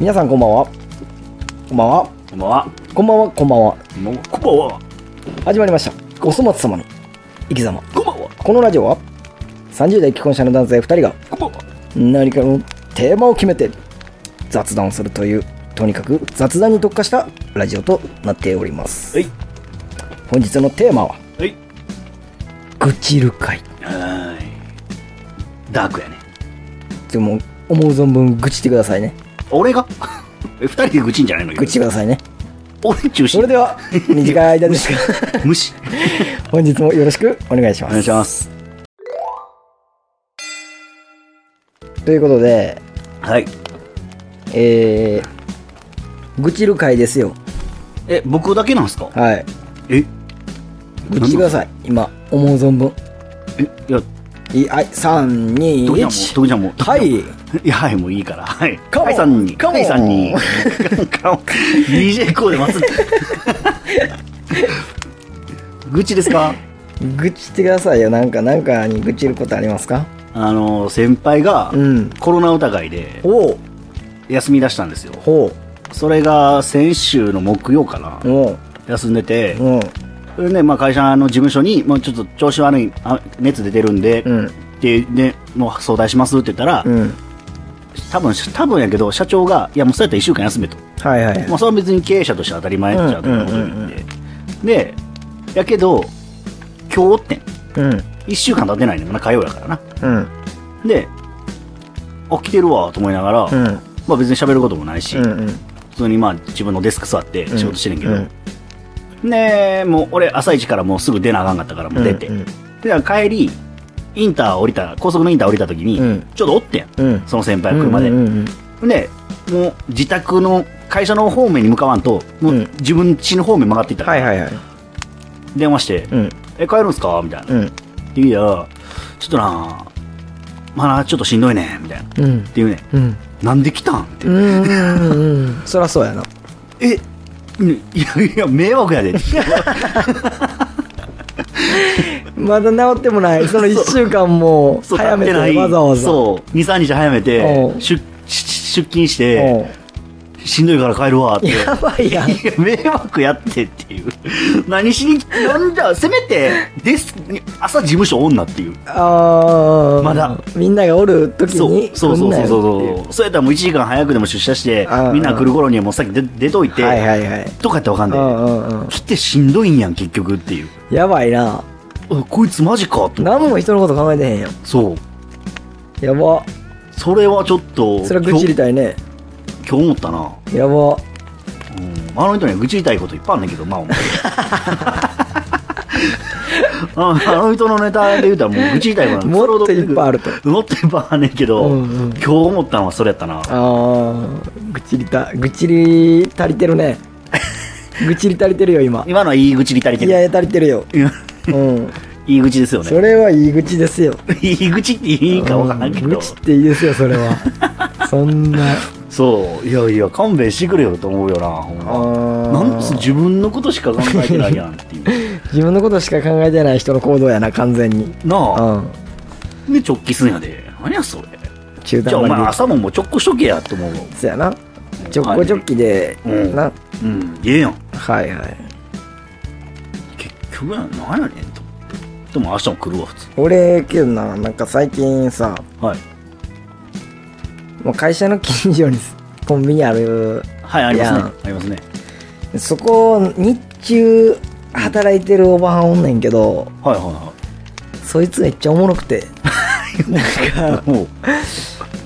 皆さんこんばんはこんばんはこんばんは。こんばんはこんばんはもうこんばんは。始まりましたおそ松様の生き様こんばんは。このラジオは30代既婚者の男性2人がこんばんは。何かのテーマを決めて雑談をするというとにかく雑談に特化したラジオとなっておりますはい。本日のテーマははい。愚痴る会はーい。ダークやね。でも思う存分愚痴ってくださいね俺が え、二人で愚痴んじゃないの愚痴くださいね俺中心。それでは短い間ですが 無視。本日もよろしくお願いしおます願いします。ということではい。えー、愚痴る会ですよえ、僕だけなんすかはいえ愚痴ってください今思う存分え、いや、いはいどこじゃんもう、 321どこじゃんもう。はいいや、はい、もういいから。はい。カモンはいさんに。カモンはいさ んに。カモン DJ コーデます。愚痴で すか愚痴ってくださいよなんかなんかに愚痴ることありますかあの、先輩がうんコロナ疑いでほう休み出したんですよ。ほそれが先週の木曜かなう。も休んでてう、もそれで、まあ会社の事務所に、まあちょっと調子悪い、あ熱出てるんで、ううんで、ね、もう相談しますって言ったら、うん多分、多分やけど、社長が、いやもうそうやったら1週間休めと。はいはいまあ、それは別に経営者として当たり前っちゃ当たり前のこと言って、でやけど今日おってんうん1週間経ってないのよな火曜やからなうんであ来てるわと思いながら、うんまあ別に喋ることもないし、うんうん普通にまあ自分のデスク座って仕事してるんけど、うんでもう俺朝一からもうすぐ出なあかんかったからもう出て、うんでだから帰りインター降りた高速のインター降りた時に、うんちょっとおってんうんその先輩車で、うんうんうんでもう自宅の会社の方面に向かわんともううん自分家の方面曲がっていったからはいはいはい電話して、うんえ、帰るんすかみたいな。うんで、いや、ちょっとな、まあな、ちょっとしんどいね、みたいな。ってうん言うね。うんなんで来たんって。うんうんうんうんそりゃそうやなえ、いや、いや、迷惑やで。まだ治ってもないその1週間もそう早めて立ってないわざわざそう、2、3日早めてお、う出出勤しうて、しんどいから帰るわ、って。 んやばいやんいや迷惑やってっていう。 何しに、なんだ、せめて、です、朝事務所女っていう。あーまだみんながおる時そうにそう来そうそうんなよっそう。そうやったらもう1時間早くでも出社してあ、ーみんな来る頃にはもうさっき出出といてて、いうはいはいはいとかやってわかんうない。んうんうん来てしんどいんやん結局っていうやばいなあこいつマジかと何も人のこと考えてへんよそうやばそれはちょっとそれは愚痴り今たいね日今日思ったな、やばうん、あの人には愚痴りたいこといっぱいあんねんけどまあお 前ああの人のネタで言うたらもう愚痴りたいこともっといっぱいあるともっといっぱいあんねんけど、うんうん今日思ったのはそれやったなあー愚痴りた愚痴り足りてる ね愚痴り足りてるよ今今のはいい愚痴りたりているやいや足りてるよいやうんいい愚痴ですよそねれはいい愚痴ですよいい愚痴っていいかわからんけうんど愚痴っていいですよそれ はそんなそういやいや勘弁してくれよと思うよなほんまあーなんす自分のことしか考えてないやんっ ていう。自分のことしか考えてない人の行動やな完全にうなあ、んで直帰すんやで。何やそれ。中じゃあ断おま前で言う朝ももう直行しとけやって思うわ。そうやな直行直帰で、うんなうん、ええやん。はいはい結局やん、何やねんと。でも明日も来るわ、普通。俺けどななんか最近さはい。もう会社の近所にコンビニあるはい、ありますいやね。ありますね。そこ日中働いてるおばはんおんねんけどはいはそいつめっちゃおもろくていなんはかい。もう、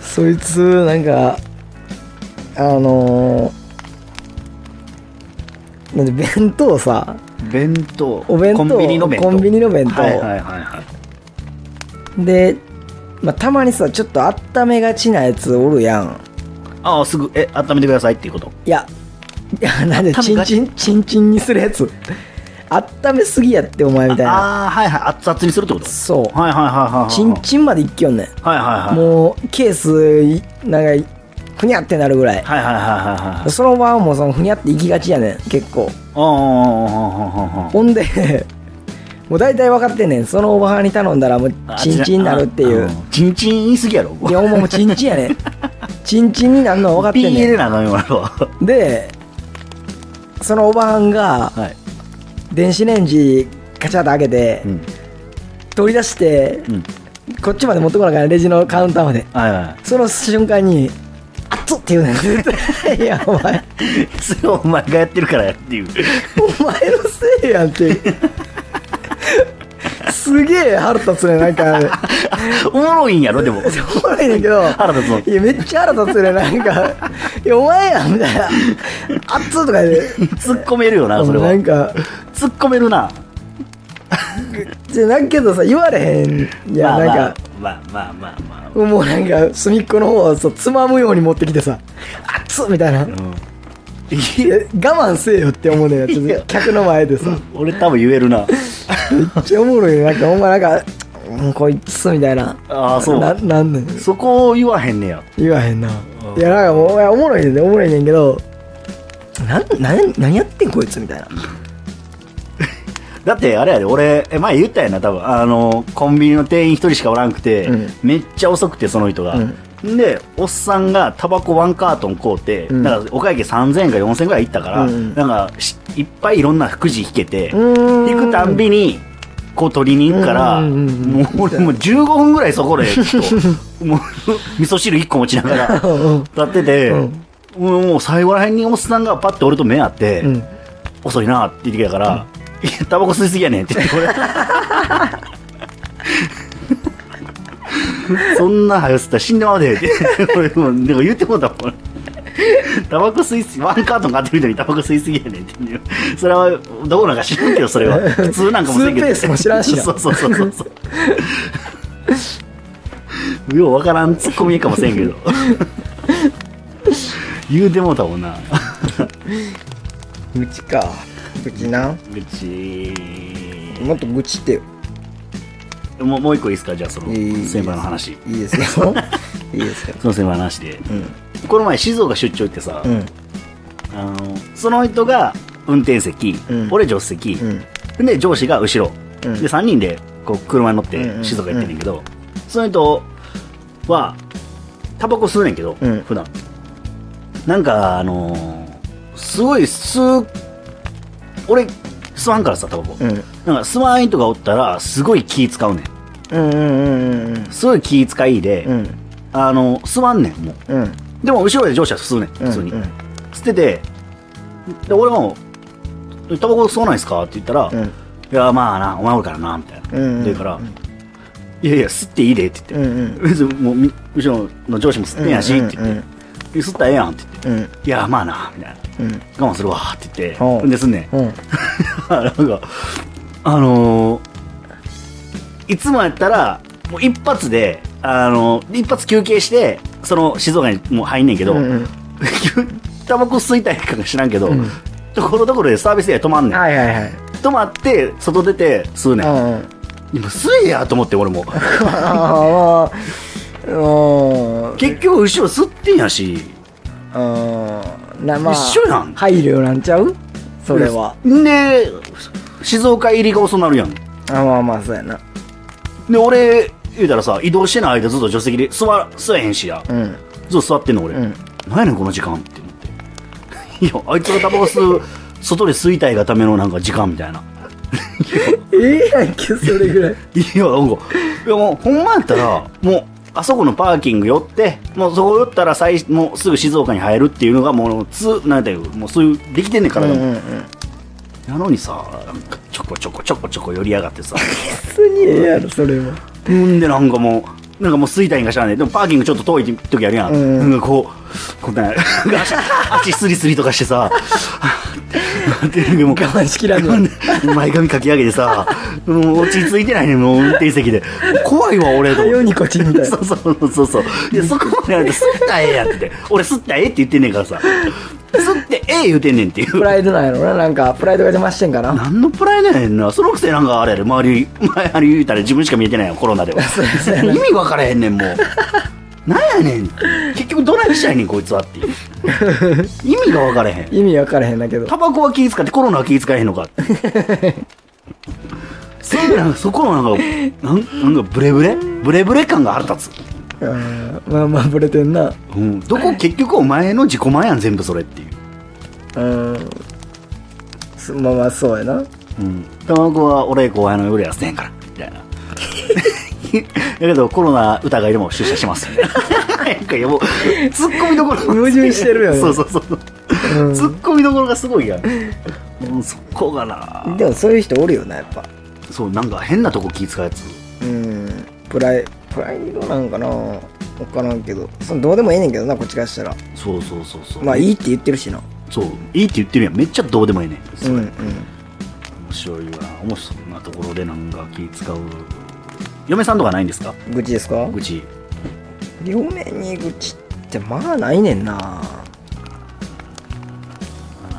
そいつなんかあのーなんで弁当さ弁当。お弁当コンビニの弁当。コンビニの弁当はいはいはいはい。で、まあ、たまにさちょっと温めがちなやつおるやんああ、すぐ、え、温めてくださいっていうこと。いや、いや、なんで、温チめンがチン、チンチンにするやつ。温めすぎやって、お前みたいな。ああー、はいはい。熱々にするってことそはいはいはいはいはう。い。チンチンまでいっきよんねん。はいはいはい。もう、ケースい、なんか、ふにゃってなるぐらい。はいはいはいはいはい。その場はもう、その、ふにゃっていきがちやねん、結構。ああ、ああ、ああ、ああ。ほんで、 もう大体分かってんねん。そのおばはんに頼んだら、もう、チンチンになるっていう。チンチン言いすぎやろいや、お前もうチンチンやねん。チンチンになんのは分かっピてーん入ねれなあかんよ、俺は。ん。で、そのおばはんが、はい。電子レンジカチャッと開けて、うん。取り出して、うん。こっちまで持ってこなあかんレジのカウンターまで。はいはその瞬間に、あっつって言うねん。い や、お前、い。それをお前がやってるからやっていう。お前のせいやんっ て。すげえ腹立つね、なんか。おもろいんやろ、でも。おもろいねんけ ど。腹立つのいや、めっちゃ腹立つね、なんか。いや、お前やん、みたいな。あっつとか言って。 突っ込めるよな、それは。なんか、突っ込めるな。じゃなんけどさ、言われへん。いや、まあなんか。まあまあまあまあまもうなんか隅っこの方はさつまむように持ってきてさ「あっつ!」みたいなあ。うん。いや我慢せえよって思うのよちょっと客の前でさ俺多分言え るな。めっちゃおもろいよなんかお前なんか「うんこいつ」みたいなああ、そなう。なんねんそこを言わへんねや。言わへんなうんいやなんかもうお前おもろいねんでおもろいねんけどなんなん何やってんこいつみたいなだってあれやで、俺、え前言ったやんな、多分。あの、コンビニの店員一人しかおらんくて、うんめっちゃ遅くて、その人が。で、おっさんがタバコワンカートン買うて、うんだからお会計3000円か4000円ぐらいいったから、うんなんかし、いっぱいいろんなくじ引けて、うん引くたんびに、こう取りに行くから、うんうんうんもう俺もう15分ぐらいそこで、ちょっ ともう、味噌汁1個持ちながら、うん立ってて、うんもうもう最後らへんにおっさんがパッて俺と目合って、うん遅いなって言ってきたから、いやタバコ吸いすぎやねんって言ってこれ そんな早吸ったら死んでまうでって俺もうでも言ってもうたもんタバコ吸いすぎワンカートン買ってる人にタバコ吸いすぎやねんって言うそれはどうなんか知らんけどそれ は普通なんかもしれんけどスーペースも知らんしなそうそうそうそうそうようわからんツッコミかもしれん けど言うてもうたもんな愚痴か愚痴な愚痴もっと愚痴ってよもうもう一個いいですかじゃあそのいい先輩の話いいです よいいですよその先輩の話で、うこの前静岡出張行ってさ、んうんあのその人が運転席、うん俺助手席、うんで上司が後ろ、うんで3人でこう車に乗っうんうてん静岡行ってんねんけど、その人はタバコ吸うねんけど、うん普段なんかあのーすごい吸う俺吸わんからさタバコ、うんなんか吸わん人がおったらすごい気使うねんうんうんうんすごい気使いで、うんあの、吸わんねん、もう。うんうんでも、後ろで乗車吸うねん、普通に。うん吸ってて、で、俺も、タバコ吸わないですかって言ったら、ういんや、まあな、お前おるからな、みたいな。うんうんでから、いやいや、吸っていいで、ってう言って。ん別に、もうみ、後ろの上司も吸ってんやし、うんって言って。吸ったらええやん、って言って。うんうんいや、まあな、みたいな。うん我慢するわ、って言って。ほうんですんね ん。うんなんか、あのーいつもやったら、もう一発で、あのー一発休憩して、その静岡にもう入んねんけど、うんうんタバコ吸いたいかも知らんけど、うんところどころでサービスエリア止まんねん。はいはいはい止まって、外出て吸うねん。うんうん今吸えやと思って、俺も。ああうん結局、後ろ吸ってんやし、うんなまあ一緒やん配慮なんちゃうそれは。で、静岡入りが遅なるやん。あまあまあそうやなで、俺、言うたらさ、移動してない間ずっと助手席で座ら、吸えへんしや。うんずっと座ってんの俺、うん何やねんこの時間って思ってい やあいつがタバコ吸う外で吸いたいがためのなんか時間みたいなええやんけそれぐらいいやなんかいやもうほんまやったらもうあそこのパーキング寄ってもうそこ寄ったら最もうすぐ静岡に入るっていうのがもうつなんていうもうそういうできてんねんから、うんでうもんうんなのにさなんかちょこちょこちょこちょこ寄りやがってさ普通にええやろそれはうんでなんかもうなんかもう吸いたいんか知らないでもパーキングちょっと遠い時あるやん、うんなんかこうこんな足足スリスリとかしてさでも我う慢しきらんの前髪かき上げてさもう落ち着いてないねもう運転席で怖いわ俺と思ってよにこっちみたいなそうそうそうそういやそこまでなんて吸ったらええやんって俺吸ったらええって言ってんねんからさ吸ってええ言うてんねんっていうプライドなんやろななんかプライドが出ましてんかな何のプライドやねんなそのくせなんかあれやで周り周り言うたら自分しか見えてないよコロナでは意味分からへんねんもうなんやねん結局どないしたいねんこいつはっていう意味が分からへん意味分からへんだけどタバコは気使ってコロナは気使えへんのかってそういうなんかそこのなんかなんなんかブレブレブレブレ感が腹立つあーまあまあブレてんなうん、どこ結局お前の自己満やん全部それっていう、うんすまあまあそうやなうん、卵は俺後輩の夜やせへんからみたいな だけどコロナ疑いでも出社しますみたいななんかいやもうツッコミどころ矛盾してるよねそうそうそう、うんツッコミどころがすごいやん、うん、そこがなでもそういう人おるよなやっぱそうなんか変なとこ気使うやつうんプライプライドなんかな分からんけどそのどうでもええねんけどなこっちからしたらそうそうそうそうまあいいって言ってるしなそういいって言ってるやんめっちゃどうでもいいねんうそんれうん面白いわ面白いなところでなんか気使う嫁さんとかないんですか愚痴ですか愚痴両面に愚痴ってまあないねんな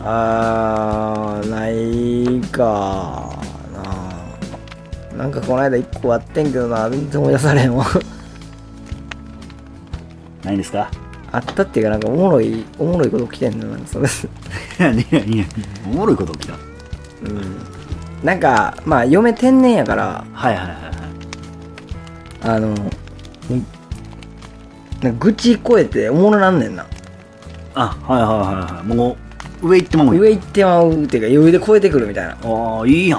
あーないかななんかこの間一個割ってんけどな全然思い出されへんわないんですか あったっていうかなんかおもろいおもろいこと起きてんの よなんかそれ何何おもろいこと起きたうんなんかまあ嫁天然やからはいはいはいはいあの、なんか愚痴超えておもろなんねんな。あはいはいはいはいもう上行ってまうんや上行ってまうっていうか余裕で超えてくるみたいな。ああいいや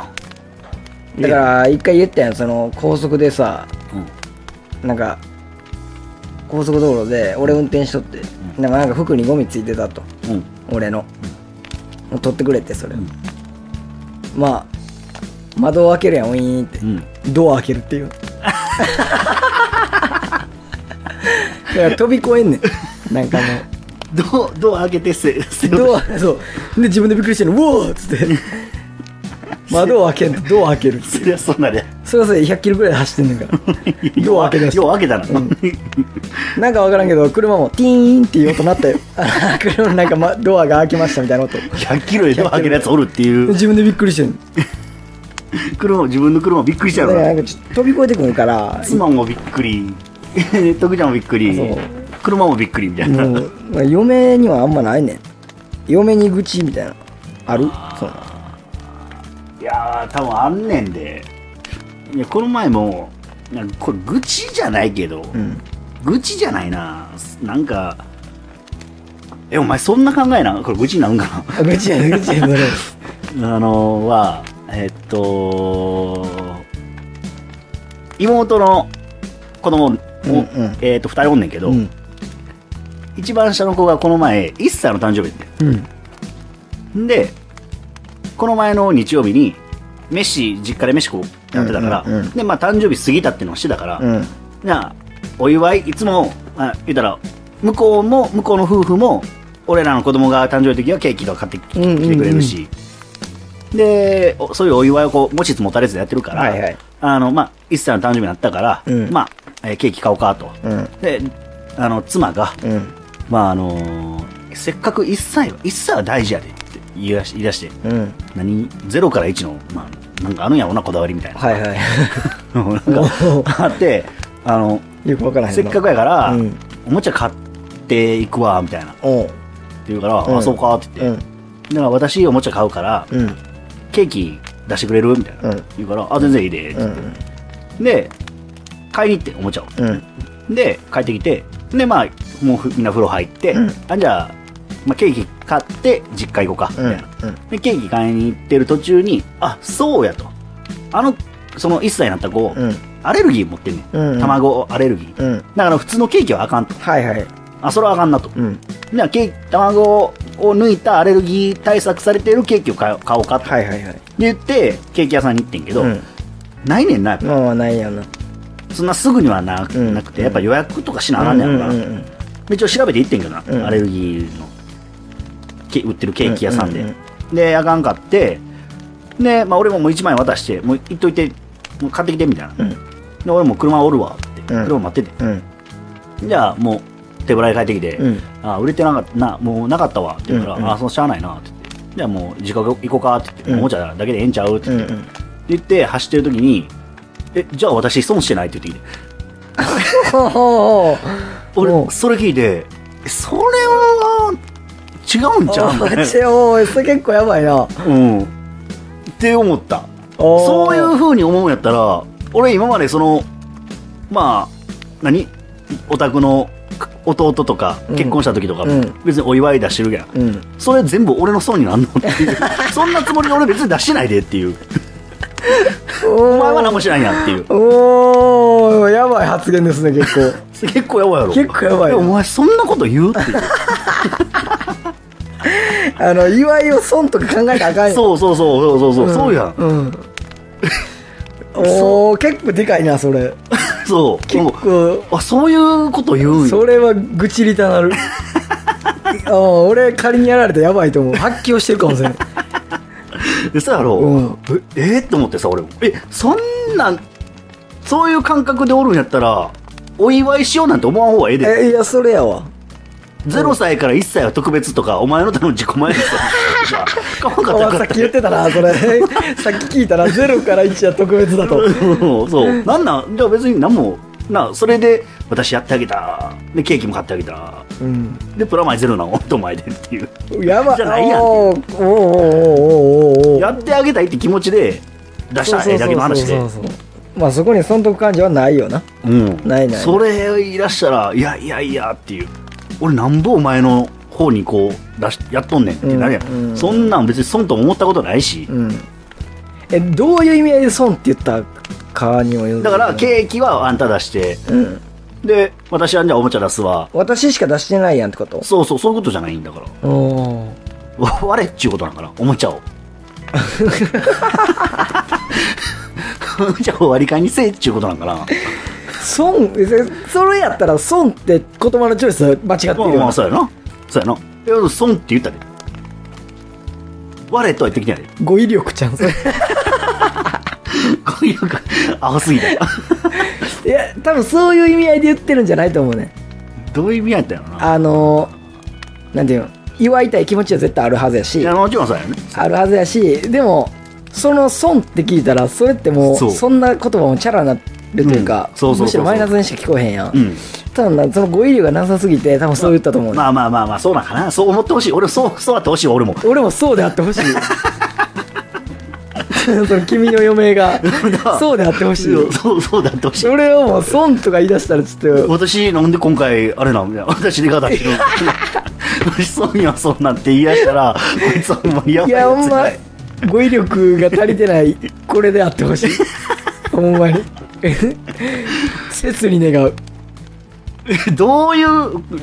んだから、一回言ったやん、その高速でさ、うんなんか、高速道路で俺運転しとって、うんなんかなんか服にゴミついてたと。うん俺の。もう取ってくれって、それ。うんまあ、窓を開けるやん、ウィーンってう。んドア開けるっていう。だから飛び越えんねん。なんかもう。ドアドア開けてせせドアそうで自分でびっくりしてるのうおーっつって窓を開けんとドア開けるそりゃそんなでそれはそれ100キロぐらいで走ってんねんからドア開けたよう開けたな、うんなんかわからんけど車もティーンっていう音鳴ったよあ車のなんか、ま、ドアが開きましたみたいな音100キロでドア開けるやつおるっていう自分でびっくりしてんの車自分の車びっくりしちゃだかうからならんかちょっと飛び越えてくるから妻もびっくり 徳ちゃんもびっくりそう車もびっくりみたいな、もうまあ嫁にはあんまないねん嫁に愚痴みたいなあるそうないやー多分あんねんでいやこの前もなんかこれ愚痴じゃないけど、うん愚痴じゃないななんかえお前そんな考えなこれ愚痴になるんかなあ愚痴やねん愚痴やねんそれあのは、えっと、妹の子供も、うんうんえっと、二人おんねんけど、うん一番下の子がこの前、1歳の誕生日やっうんてんで、この前の日曜日に、飯、実家で飯こうやってたから、うんうんうんで、まあ誕生日過ぎたっていうのをしてたから、うんじゃあ、お祝い、いつも、あ言ったら、向こうも、向こうの夫婦も、俺らの子供が誕生日の時はケーキとか買ってきうんうんうん来てくれるし、で、おそういうお祝いをこう、持ちつ持たれずやってるから、はいはいあの、まあ、一歳の誕生日になったから、うんまあ、えーケーキ買おうかと。うんで、あの、妻が、うんまあ、あのーせっかく一歳は、一歳は大事やでって言い出し言い出して、うん何、0から1の、まあ、なんかあるんやろうな、こだわりみたいな。はいはい なんか、あって、あの、 よくわからへんなせっかくやから、うんおもちゃ買っていくわみたいなっておう言うから、うんあそうかって言うって、んだから私おもちゃ買うからうんケーキ出してくれるみたいな、うん言うからあ全然いいで、うんで買いに行っておもちゃをうんで帰ってきてでまあもうふみんな風呂入って、うんあじゃあ、まあ、ケーキ買って実家行こうかみうんたいな、でケーキ買いに行ってる途中にあそうやとあのその1歳になった子、うんアレルギー持ってんねん、うん卵アレルギーうんだから普通のケーキはあかんとはいはいあそれはあかんなとうんじゃあケーキ卵を抜いたアレルギー対策されてるケーキを買お買おうかってはいはいはい言ってケーキ屋さんに行ってんけど、うんないねんなやっぱまあまあないやなそんなすぐにはな,、うんなくてやっぱ予約とかしなあかんねやろな、うんうん一応調べて行ってんけどな、うんアレルギーのけ売ってるケーキ屋さんで、うんうんであかんかってで、まあ、俺ももう1枚渡してもう行っといてもう買ってきてみたいな、うんで俺も車おるわって、うん車待っててうんじゃあもう手ぶらで帰ってきて、うんあ売れてなかったなもうなかったわって言うから、うんうんあそうしゃあないなって言ってじゃあもう自家行こうかって言って、うんおもちゃだけでええんちゃうってう言んって,、言って走ってる時にえじゃあ私損してないって言ってきてほうほうほうお俺うそれ聞いてえそれは違うんちゃうおみたいな待ちおいそれ結構やばいなうんって思ったおーそういうふうに思うんやったら俺今までそのまあ何お宅の弟とかうん結婚した時とかもうん別にお祝い出してるやん、うんそれ全部俺の損になんのって いうそんなつもりで俺別に出してないでっていうおお前は何もしないやんっていうおーやばい発言ですね結 構結構やばいやろ結構やばいえよお前そんなこと言うっていうあの祝いを損とか考えたらあかんよそうそうそうそうそうそう、そうやんうん おお結構でかいなそれそう結も構うあそういうこと言うんやそれは愚痴りたなる うん俺仮にやられたらやばいと思う発狂してるかもしれんでさやろ、うんええーって思ってさ俺もえそんなんそういう感覚でおるんやったらお祝いしようなんて思わん方がええでえいやそれやわ0歳から1歳は特別とかお前のための自己満やさ 買わんかったらよあかさっったき言ってたなそれ さっき聞いたら0から1は特別だとうん そうなんなんじゃあ別に何もなあそれで私やってあげたでケーキも買ってあげたうんでプラマイゼロなのとお前でっていうやばじゃないやんおーおーおーおーおーおーやってあげたいって気持ちで出したらええだけの話でそうそうそうそうまあそこに損得感情はないよなうんないないそれいらしたらいやいやいやっていう俺なんぼお前の方にこう出しやっとんねんってなるやん、うんうんそんなん別に損と思ったことないし、うんえどういう意味合いで損って言ったかにもよるだからけケーキはあんた出してうんで私はじゃあおもちゃ出すわ私しか出してないやんってことそうそうそういうことじゃないんだからおー わ割れっちゅうことなんかなおもちゃを おもちゃを割り勘にせえっちゅうことなんかな損えそれやったら損って言葉のチョイスは間違ってるまよあまなあそうやなそうやないや損って言ったで割れとは言ってきてないで 語彙力ちゃんそれこういうか青すぎたいや多分そういう意味合いで言ってるんじゃないと思うね どういう意味やったんやろなあのなんていうの祝いたい気持ちは絶対あるはずやいしやもちろんそうやねあるはずやしでもその損って聞いたらそれってもうそうそんな言葉もチャラになるというか、うんそうそうそうそうむしろマイナスにしか聞こえへんやん、うん多分なその語彙力がなさすぎて多分そう言ったと思うね、まあまあまあまあそうなんかなそう思ってほしい俺もそうそうあってほしいわ俺も俺もそうであって ほしいその君の嫁 がそうであってほしいうんそうそうだってほしい それをもう損とか言い出したらちょ っと私なんで今回あれなんみたいな 私でガタし てる私そうにはそうなんて言いやしたらこいつはほんまにやばいいややほんつまや語彙力が足りてないこれであってほ しいほんまに 切に願う どういう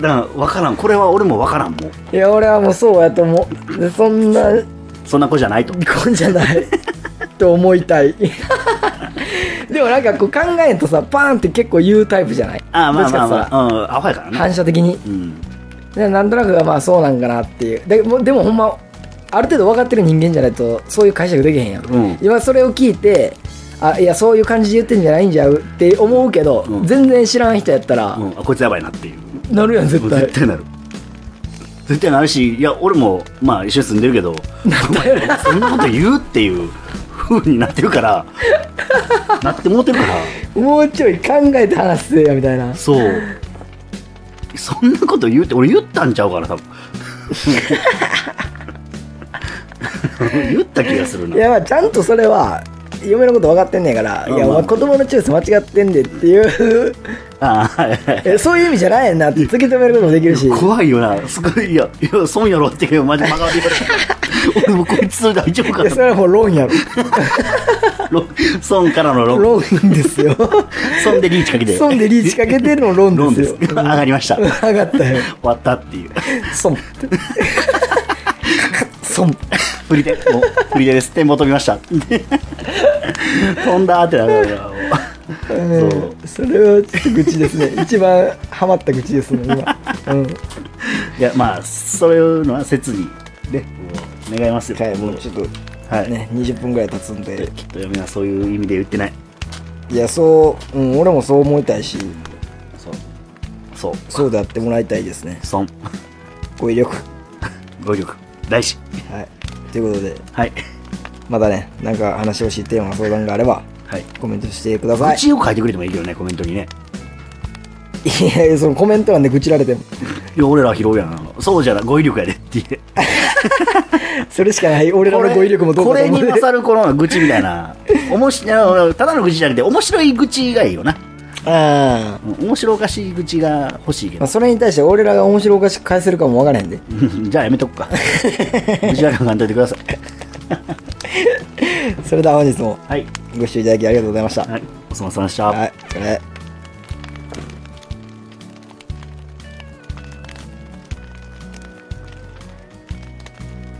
な分からんこれは俺も分からんもういや俺はもうそうやと思うでそんなそんな子じゃないと子じゃない と思いたいでもなんかこう考えんとさパーンって結構言うタイプじゃないああまどあまあっちかさまあうんアホやからね反射的にうんでなんとなくまあそうなんかなっていうでもでもほんまある程度分かってる人間じゃないとそういう解釈できへんやん、うん今それを聞いてあいやそういう感じで言ってんじゃないんじゃうって思うけど、うん全然知らん人やったら、うんあこいつやばいなっていうなるやん絶対絶対なる絶対なるしいや俺もまあ一緒に住んでる けどそんなこと言うっていう風になってるからなってもうてるからもうちょい考えて話せやみたいなそうそんなこと言うって俺言ったんちゃうから多分 言った気がするいなやまあちゃんとそれは嫁のこと分かってんねんから、うんいや、まあお前子供のチョイス間違ってんでって いうああはいはいえそういう意味じゃないやんなって突き止めることもできるし怖いよなすごいいやいや損やろってマジ真顔で言われた俺もこいつそれ大丈夫かいやそれはもう論やろロ損からのロ論です よ損でリーチかけて損でリーチかけての論ロンでですすよ上がりました終上がったよわったっていう損損振り手もう振り手です展望飛びました 飛んだーってなるからもうそうそれはちょっと愚痴ですね一番ハマった愚痴ですね今うんいやまあそういうのは切にねもう願いますよはいもうちょっとはい、ね20分ぐらい経つんできっと嫁はそういう意味で言ってないいやそう、うん、俺もそう思いたいしそうそうそうであってもらいたいですね損語彙力語彙力大事はいということではいまたねなんか話してほしいテーマ相談があればはいコメントしてくださ愚い痴を書いてくれてもいいけどねコメントにねいやいやそのコメント欄で愚痴られてもいや俺らは拾うやんそうじゃない語彙力やでっていうそれしかない 俺らこれの語彙力もどうかことれ思うにで勝るこの愚痴みたいなおもしあのただの愚痴じゃなくて面白い愚痴がいいよなあうん面白おかしい口が欲しいけあど。それに対して俺らが面白おかしく返せるかも分からへんで じゃあやめと くか。口だけはかんといてください。それでは本日もはい。ご視聴いただきありがとうございましたはい。お疲れ様でした。はいお疲れ